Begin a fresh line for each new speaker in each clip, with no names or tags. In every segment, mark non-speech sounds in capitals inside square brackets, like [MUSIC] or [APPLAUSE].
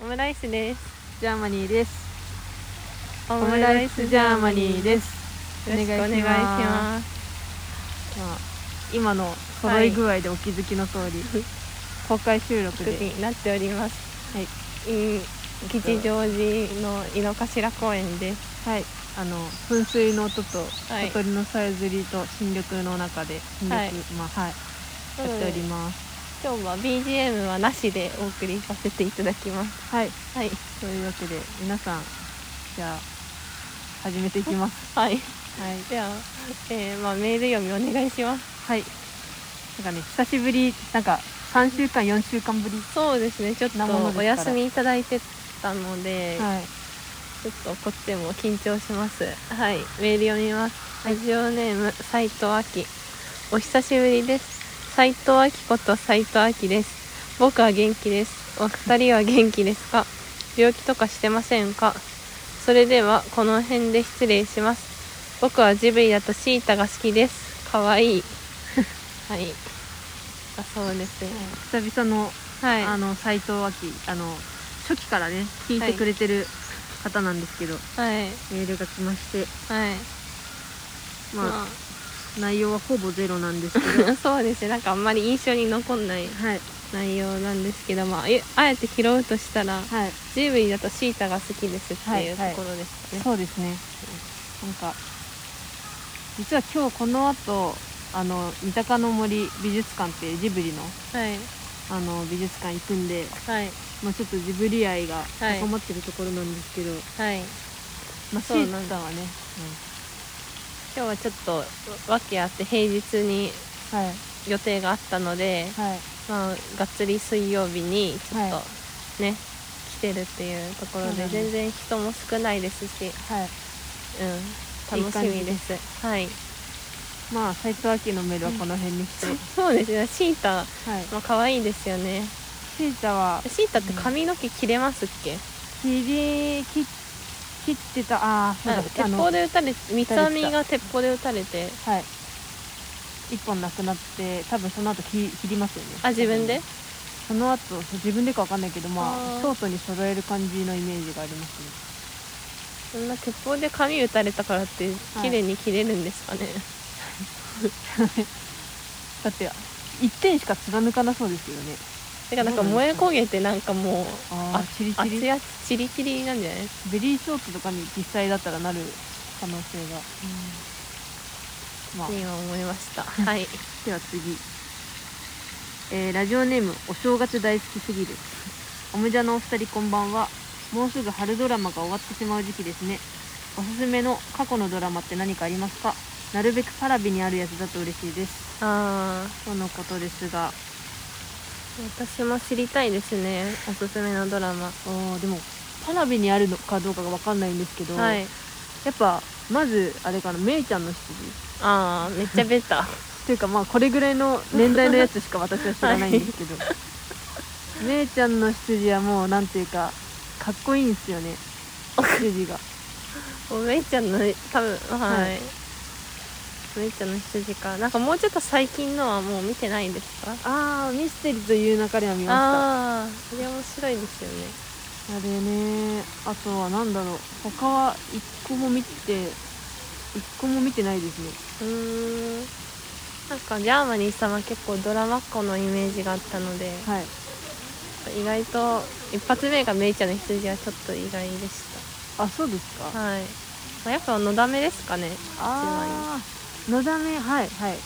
オムライスです
ジャーマニーです。
オ
オムライスジャーマニー
よ
です。
ろしくお願いします
まあ、今の揃い具合でお気づきの通り、公開収録
特
で、
になっております
はい
い吉祥寺の井の頭公園です
はい、あの噴水の音と
はい
小鳥のさえずりと新緑の中で新緑、
はい
まあはい、
な
や
の
っ
で
ております。
今日は BGM はなしでお送りさせていただきます
はい、
はい
というわけで皆さんじゃあ始めていきます。
はい
はい、
では、えーまあ、メール読みお願いします
はい。なんかね久しぶりなんか三週間四週間ぶり。
そうですねちょっと
生ものですから
お休みいただいてたので、
はい。
ちょっとこっちも緊張しますはいメール読みますラジオネーム斉藤亜希お久しぶりです斉藤亜希こと斉藤亜希です僕は元気ですお二人は元気ですか病気とかしてませんかそれではこの辺で失礼します僕はジブリだとシータが好きですかわ [LAUGHS] いいはいだそうですね
久々の
はい
あの斉藤亜希あの初期からね聞いてくれてる方なんですけど、
はい
メールが来まして
はい
まあ、
ま
内容はほぼゼロなんですけど
あ [LAUGHS] そうですねなんかあんまり印象に残んない
[LAUGHS] はい
内容なんですけど、まあ、えあえて拾うとしたら、
はい
ジブリだとシータが好きですっていうと
はいはい
ころですかね。
そうですねなんか実は今日この後あの三鷹の森美術館っていうジブリの
はい、
あの美術館行くんで、
はい、
まあ、ちょっとジブリ愛が
はい
高まってるところなんですけど、
はい。
まあ、シ
そうなん
ータはね、
今日はちょっと訳あって平日に
うんはい
予定があったので、
はい
まあ、がっつり水曜日にちょっ
は
とね、来てるっていうところ
そう
で、
なんです
全然人も少ないですし、
はい
うん、楽しみです。はい。
まあ斎藤明のメー [LAUGHS] ルはこの辺にして、
そうですね、シータ、
はい
まあ、可愛いですよね。
シータは
シータって髪の毛切れますっけ、
切り切切ってたああそう
なん
だ
か鉄砲で撃たれて三つ編みが鉄砲で撃たれて
あのはい一本なくなって多分その後切切りますよね
あ自分で
その後そう自分でかわかんないけどま
あ
あ
ー
ショートに揃える感じのイメージがありますね
そんな鉄砲で髪撃たれたからって
はい
綺麗に切れるんですかね、
だって一点しか貫かなそうですよね
てかなんか
そうなん
燃え
です
焦
か
げてなんかもう
ああチリチ
熱
リ
やチリチリなんじゃない
ベリーショートとかに実際だったらなる可能性が、まあ
って今思いま [LAUGHS] したはい
では次、えーラジオネームお正月大好きすぎるおむじゃのお二人こんばんはもうすぐ春ドラマが終わってしまう時期ですねおすすめの過去のドラマって何かありますかなるべくパラビにあるやつだと嬉しいです
あー
とのことですが
私も知りたいですねおすすめのドラマ
あーでもパラビにあるのかどうかが分かんないんですけど、
はい
やっぱまずあれかなめいちゃんの質疑
あーめっちゃベタ
というかまあこれぐらいの年代のやつしか私は知らないんですけど、めいちゃんの羊はもうなんていうかかっこいいんですよね羊が
[LAUGHS] おめいちゃんの多分はい、
はい
めいちゃんの羊かなんかもうちょっと最近のはもう見てないですか
ああミステリーという中では見ま
ああそれ面白いですよね
したあれねあとはなんだろう他は一個も見て一個も見てないですね
うーんなんかジャーマニー様結構ドラマっ子のイメージがあったので、
はい
意外と一発目がメイちゃんの羊はちょっと意外でし
あそうですか
たはい、まあ、やっぱのだめですかね
ああのだめはいはい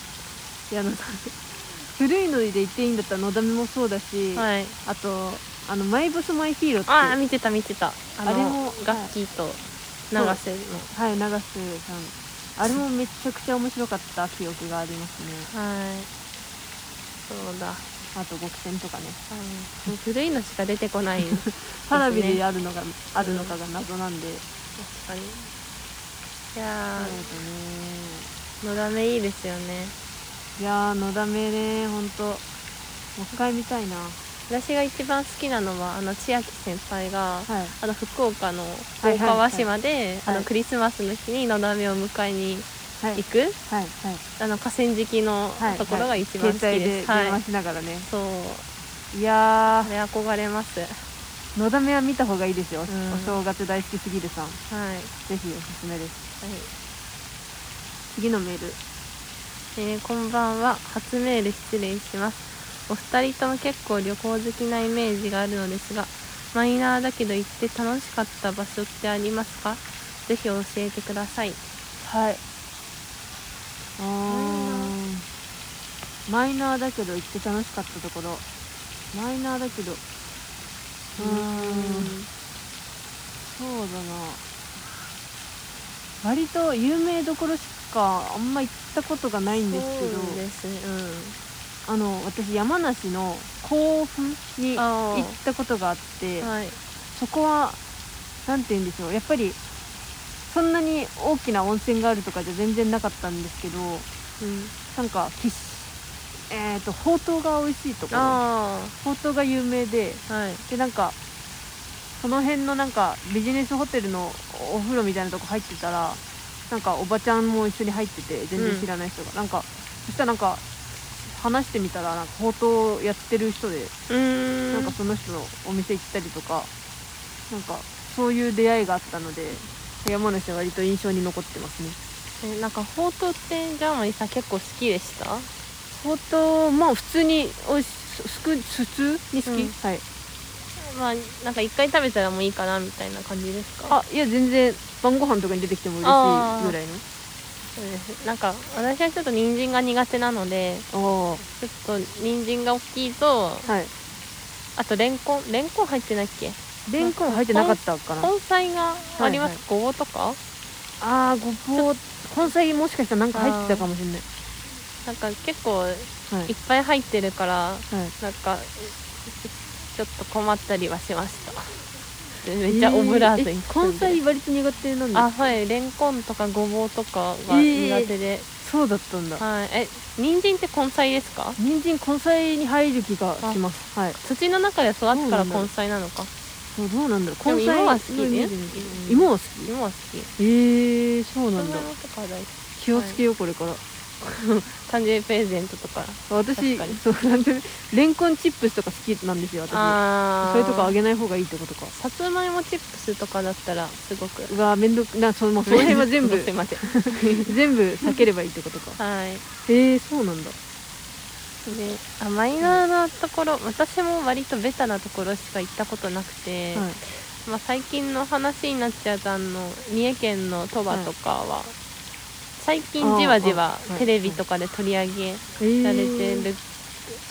いやのだめ古いので言っていいんだったらのだめもそうだし、
はい
あとあのマイボスマイヒーローって
ああ見てた見てたあの
あれも
ガッキーと永瀬の
はい、永瀬さん。あれもめちゃくちゃ面白かった記憶がありますね。
はいそうだ、
あと、極戦とかね。
うん、古いのしか出てこ
[LAUGHS]
ない確
パラビであるのが、あるのかが謎なんで。
か
そ
にいや
うだね。
ーのだめいいですよね
いやー、のだめね、ほんと。もう一回見たいな。は
私が一番好きなのはあの千秋先輩が、
い。
あの福岡の
は
大
いはいは
川
い
島で、あ
は
の
い
クリスマスの日にのだめを迎えに
はい。はい
行。く、
はい。
あの河川敷の
はい。
ところが一番好きです。
携
は
帯
い、
で電話しながらね。
そう
いや
あれ憧れます。
ー、のだめは見た方がいいです
ん
よ、お正月大好きすぎるさん
はい、はい
ぜひおすすめです次のメール
えーこんばんは初メール失礼しますお二人とも結構旅行好きなイメージがあるのですがマイナーだけど行って楽しかった場所ってありますかぜひ教えてください
はいマイナーだけど行って楽しかったところマイナーだけどうーんそうだな割と有名どころしかあんま行ったことがないんですけど
そうですね
あの私山梨の甲府
うん
に行っ
あー
たことがあって
はい
そこは何て言うんでしょうやっぱりそんなに大きな温泉があるとかじゃ全然なかったんですけど
うん
なんかきしえっ、とほうとうが美味しいところ
あ
ほうとうが有名で
あはい
でなんかその辺のなんかビジネスホテルのお風呂みたいなとこ入ってたらなんかおばちゃんも一緒に入ってて全然知らない人が、なんかそしたらなんか話してみたらなんかほうとうやってる人で、
うーん
なんかその人のお店行ったりとかなんかそういう出会いがあったので山梨は割と印象に残ってますね
えなんかほうとうってジャーマニーさん結構好きでした
ほうとうまあ普通においしすく普通に好き、
うん
はい
まあなんか一回食べたらもういいかなみたいな感じですか
あいや全然晩ご飯とかに出てきても嬉し
あ
い
ー
ぐらいの
そうですなんか私はちょっと人参が苦手なので
お
ちょっと人参が大きいと
はい
あとレンコンレンコン入ってないっけ
レンコン入ってなかったかな
根菜があります、ごぼうとか
ああごぼう根菜もしかしたらなんか入ってたかもしれない
なんか結構
はい
いっぱい入ってるから
はい
なんかちょっと困ったりはしましためっちゃオブラートに
え根菜割と苦手なんです
あはいレンコンとかごぼうとかが苦手で、
そうだったんだ
はいえ人参って根菜ですか
人参根菜に入る気がしますはい
土の中で育つ
そう
か
な
ら
んだ
根菜なのか
そうどうなんだろう
でも
根菜
芋は好きね
のイメージ
うん
芋は好き
芋は好き
ええそうなんだ
そんなのとかは大好き
気をつけようこれから
誕生日プレゼントとか
私
確かに
そうなんでレンコンチップスとか好きなんですよ私
あ
それとかあ
げ
げない方がいいってことか
さつまいもチップスとかだったらすごく
うわーめんどくなそのその辺は
[LAUGHS]
全部
すいません
全部避ければいいっ
[LAUGHS]
てことか
はい
ええそうなんだ
であマイナーなところ私も割とベタなところしか行ったことなくて、
はい
まあ、最近の話になっちゃうとあの三重県の鳥羽とかは最近じわじわ
ああ
テレビとかで取り上げられて
えー
る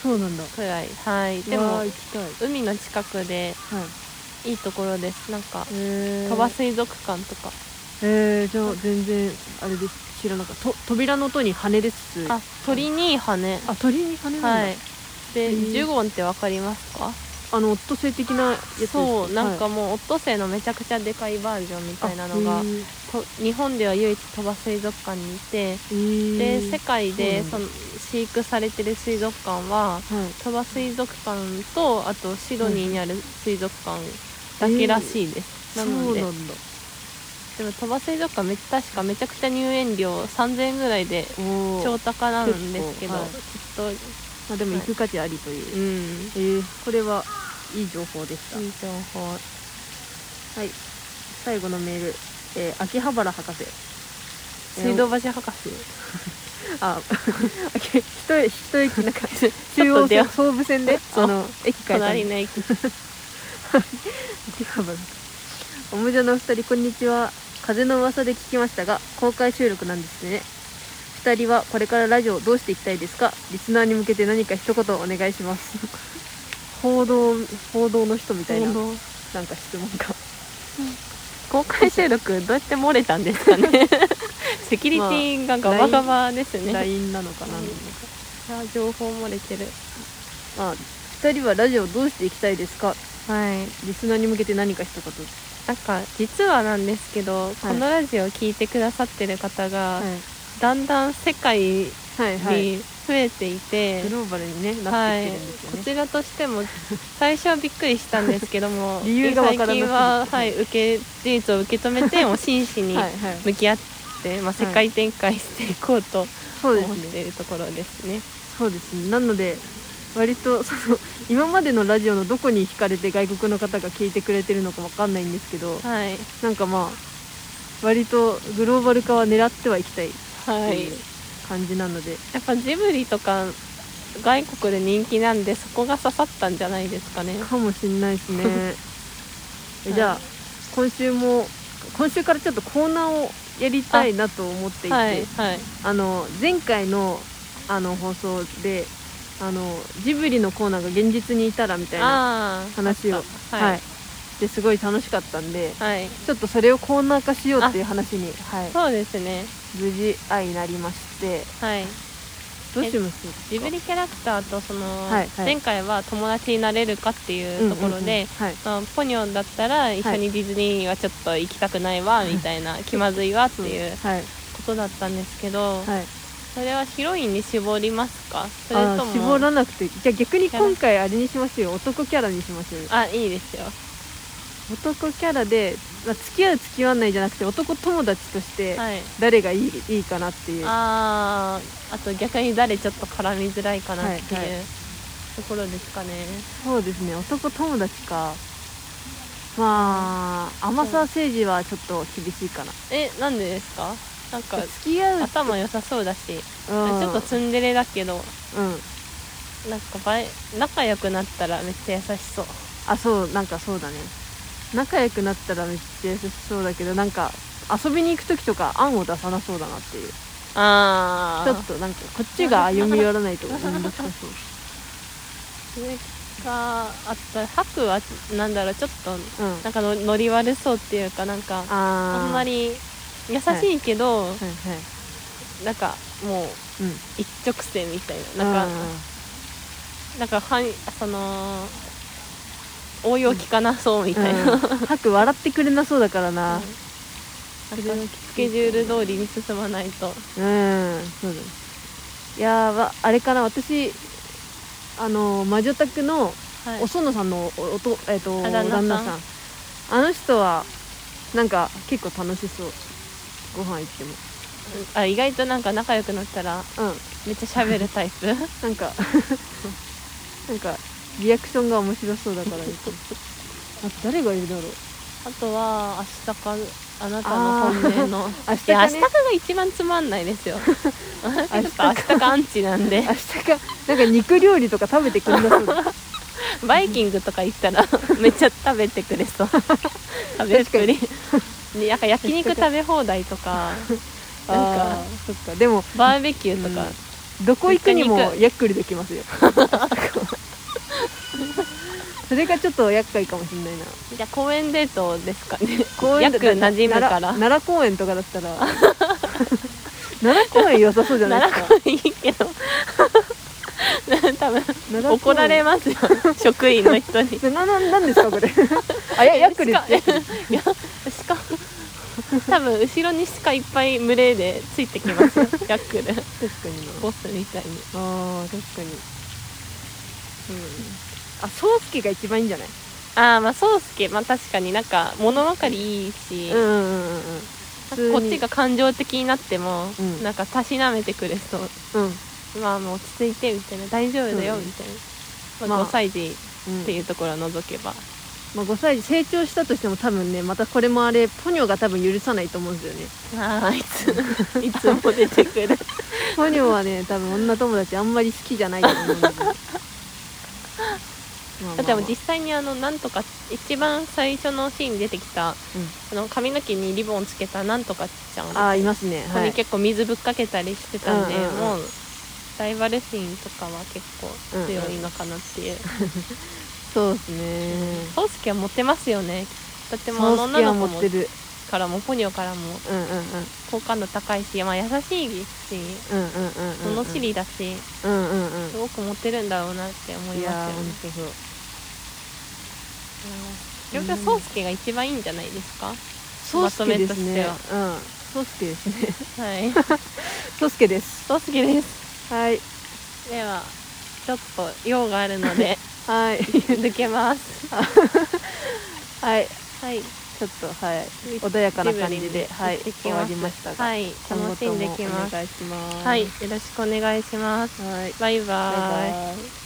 そうなんだ
くらい、はいで
でも
も
行きたい、はい、
海の近くでいいところですなんか
え
鳥羽水族館とか
えー、じゃあ全然あれです知らなかったと扉の音に羽です
あ鳥に羽
あ鳥に羽なんだ、
はいで
へー
ジュゴンってわかりますか
あのオットセイ的なやつですか
そうなん
は
かもうオットセイのめちゃくちゃでかいバージョンみたいなの
あ
が
へー
と日本では唯一鳥羽水族館にいて
えー
で世界で
そ
そうの飼育されてる水族館は
はい
鳥羽水族館とあとシドニーにある水族館だけらしいです、なので
そうなんだ
でも鳥羽水族館めっちゃ確かめちゃくちゃ入園料3000円ぐらいで
おー
超高なんですけど、
結
ちょっ
まあ、でも行く価値ありという、
とうん
えー、これはいい情報でした、
いい情報
はい最後のメール、えー、秋葉原博士
水道橋博士
[LAUGHS] あ、一駅一駅なんか中
[LAUGHS] ちょっと出
央線
よう
総武線で
[LAUGHS] そう
あの駅から
隣の駅
秋葉原おもじゃのお二人こんにちは風の噂で聞きましたが公開収録なんですね二人はこれからラジオをどうしていきたいですかリスナーに向けて何か一言お願いします [LAUGHS] 報道報道の人みたいななんか質問が
公開収録どうやって漏れたんですかね
[LAUGHS]
セキュリティがガバガバですね、
LINE なのか何なのか
あ情報漏れてる
あ二人はラジオをどうしていきたいですか
はい
リスナーに向けて何か一言
なんか実はなんですけど、このラジオを聞いてくださってる方が、だんだん世界に
はいはい
増えていて、
グローバルに、ね、なっ
は
て
い
きてるんですよ
こ
ね、
ちらとしても最初はびっくりしたんですけども
[LAUGHS] 理由がわか
最
らなくて
近は、はい、受け事実を受け止め
[LAUGHS]
てもう真摯に
はいはい
向き合って、まあ、世界展開していこうと
そうで
思っ
すね
ているところですね。
そうですねなので割と [LAUGHS] その今までのラジオのどこに惹かれて外国の方が聞いてくれてるのかわかんないんですけど
はい
なんかまあ割とグローバル化は狙ってはいきたいって
はい、
いう感じなので、
やっぱジブリとか外国で人気なんでそこが刺さったんじゃないですかね
かもしんないです
[LAUGHS]
ね
はい
じゃあ今週も今週からちょっとコーナーをやりたいなと思っていて、
はいはい
あの前回のあの放送であのジブリのコーナーが現実にいたらみたいな
ああ
話を
あった
はい、
はい、
ですごい楽しかったんで
はい
ちょっとそれをコーナー化しようっていう話に、はい、
そうですね
無事愛になりまして
はい
どうします
ジブリキャラクターとその、
はいはい
前回は友達になれるかっていうところで、
はい
まあポニョンだったら一緒にディズニーはちょっと行きたくないわみたいな気まずいわっていう
はい
ことだったんですけど、
はい
それはヒロインに絞りますかそれ
あ
と
ー
も
絞らなくていいじゃあ逆に今回あれにしましょうよ男キャラにしましょうよ
あいいですよ
男キャラで、まあ、付き合う付き合わないじゃなくて男友達として
はい
誰がいい,、い、いかなっていう
あーあと逆に誰ちょっと絡みづらいかなっていう
はいは
ところですかね、
そうですね男友達かまあ甘沢誠治はちょっと厳しいかな
えなんでですかなんか
付き合う、うん、
頭良さそうだし、ちょっとツンデレだけど
うん
なんかばえ仲良くなったらめっちゃ優しそう
あそうなんかそうだね仲良くなったらめっちゃ優しそうだけどなんか遊びに行く時とか案を出さなそうだなっていうち
あ
ょっとなんかこっちが歩み寄らないと面倒くさそう
それかあと白はなんだろうちょっと
うん
なんかのノリ悪そうっていうかなんか
あ
あんま
り
り優しいけど、
はいはい
なんかもう
うん
一直線みたいななんか、なんかはんその応用聞かなそうみ
み
たいな、
白笑ってくれなそうだからな
なんかスケジュール通りに進まないと
うん、そうだねいやーわあれかな私あの魔女宅の
はい
お園さんのおおと、えっと
あ旦那さん
旦那さんあの人はなんか結構楽しそうご飯行っても
あ意外となんか仲良くなったら
うん
めっちゃ喋るタイプ [LAUGHS]
なんか [LAUGHS] なんかリアクションが面白そうだからあ誰がいるだろう
あとは明日かあなたの本命の
明日
いや
か
明日
ね
かが一番つまんない [LAUGHS] ですよ私ちょっと明日かアンチなんで
明日かなんか肉料理とか食べてくれなそう [LAUGHS] だ
バイキングとか行ったら [LAUGHS] めっちゃ食べてくれ [LAUGHS] そう食べっぷりでなんか焼肉食べ放題と [LAUGHS] か
あーそっかでも
バーベキューとか、
うんどこ行くにも
一緒に行
やっくりできます [LAUGHS] よそれがちょっと厄介かもしれないな
じゃあ公園デートですかね
公園
約馴染むから
奈良奈良公園とかだった [LAUGHS] ら奈良公園良さそうじゃないで
奈
す
良
か
公園いいけど多分
奈良公
怒
園
られますよ職員の人に
なななんですかこれあ [LAUGHS] ややっくり
し
で
か
す
いやしか多分後ろに鹿いっぱい群れでついてき [LAUGHS] ますよヤックル
確かにな
ボスみたいに
あー確かにうんあ宗介が一番いいんじゃない
ああまあそうすけまあ確かになんか物分かりいいし、
うんうんうんうん
なんかこっちが感情的になっても、
うん
なんかたしなめてくれそう
うんうん
まあもう落ち着いてみたいな大丈夫だよ
うん
みたいな、
ま
ま
あ
あ、5歳児っていうところを除けば、
まあ、5歳児成長したとしても多分ねまたこれもあれポニョが多分許さないと思うんです
[LAUGHS]
よね
あああいついつも出てくる
[LAUGHS] ポニョはね多分女友達あんまり好きじゃないと思うんです
[LAUGHS]
よまあまあまあ
でも実際にあのなんとか一番最初のシーンに出てきた、あの髪の毛にリボンつけたなんとかちゃん
ああいますね
ここ
は
に
い、
結構水ぶっかけたりしてたんで、
うんうんうん
もうライバル心とかは結構強いのかなっていう
そうですね
宗介、はモテますよねとってもあの
宗介
女
は
の
持
子
っ
も
てる
からもポニョからも
うんうんうん
好感度高いし、まあ、優しいし
うんうんうんうん
物知りだし、
うんうんうん
すごくモテるんだろうなって思い
いや
ま
ー
すよ
ほん
ね
とそう
うん結局宗介が一番いいんじゃないですか
宗介ですね
ま
うん宗介ですね
はい
宗介です
宗介です
はい
[LAUGHS] ではちょっと用があるので
はい
抜けます
はい
はい
ちょっとはい穏やかな感じではい
行ってきます
終わりましたが、
はい
今後
楽し
と
んで
もお
きます
願いします
はいよろしくお願いします
はい
バイバイ
拜拜。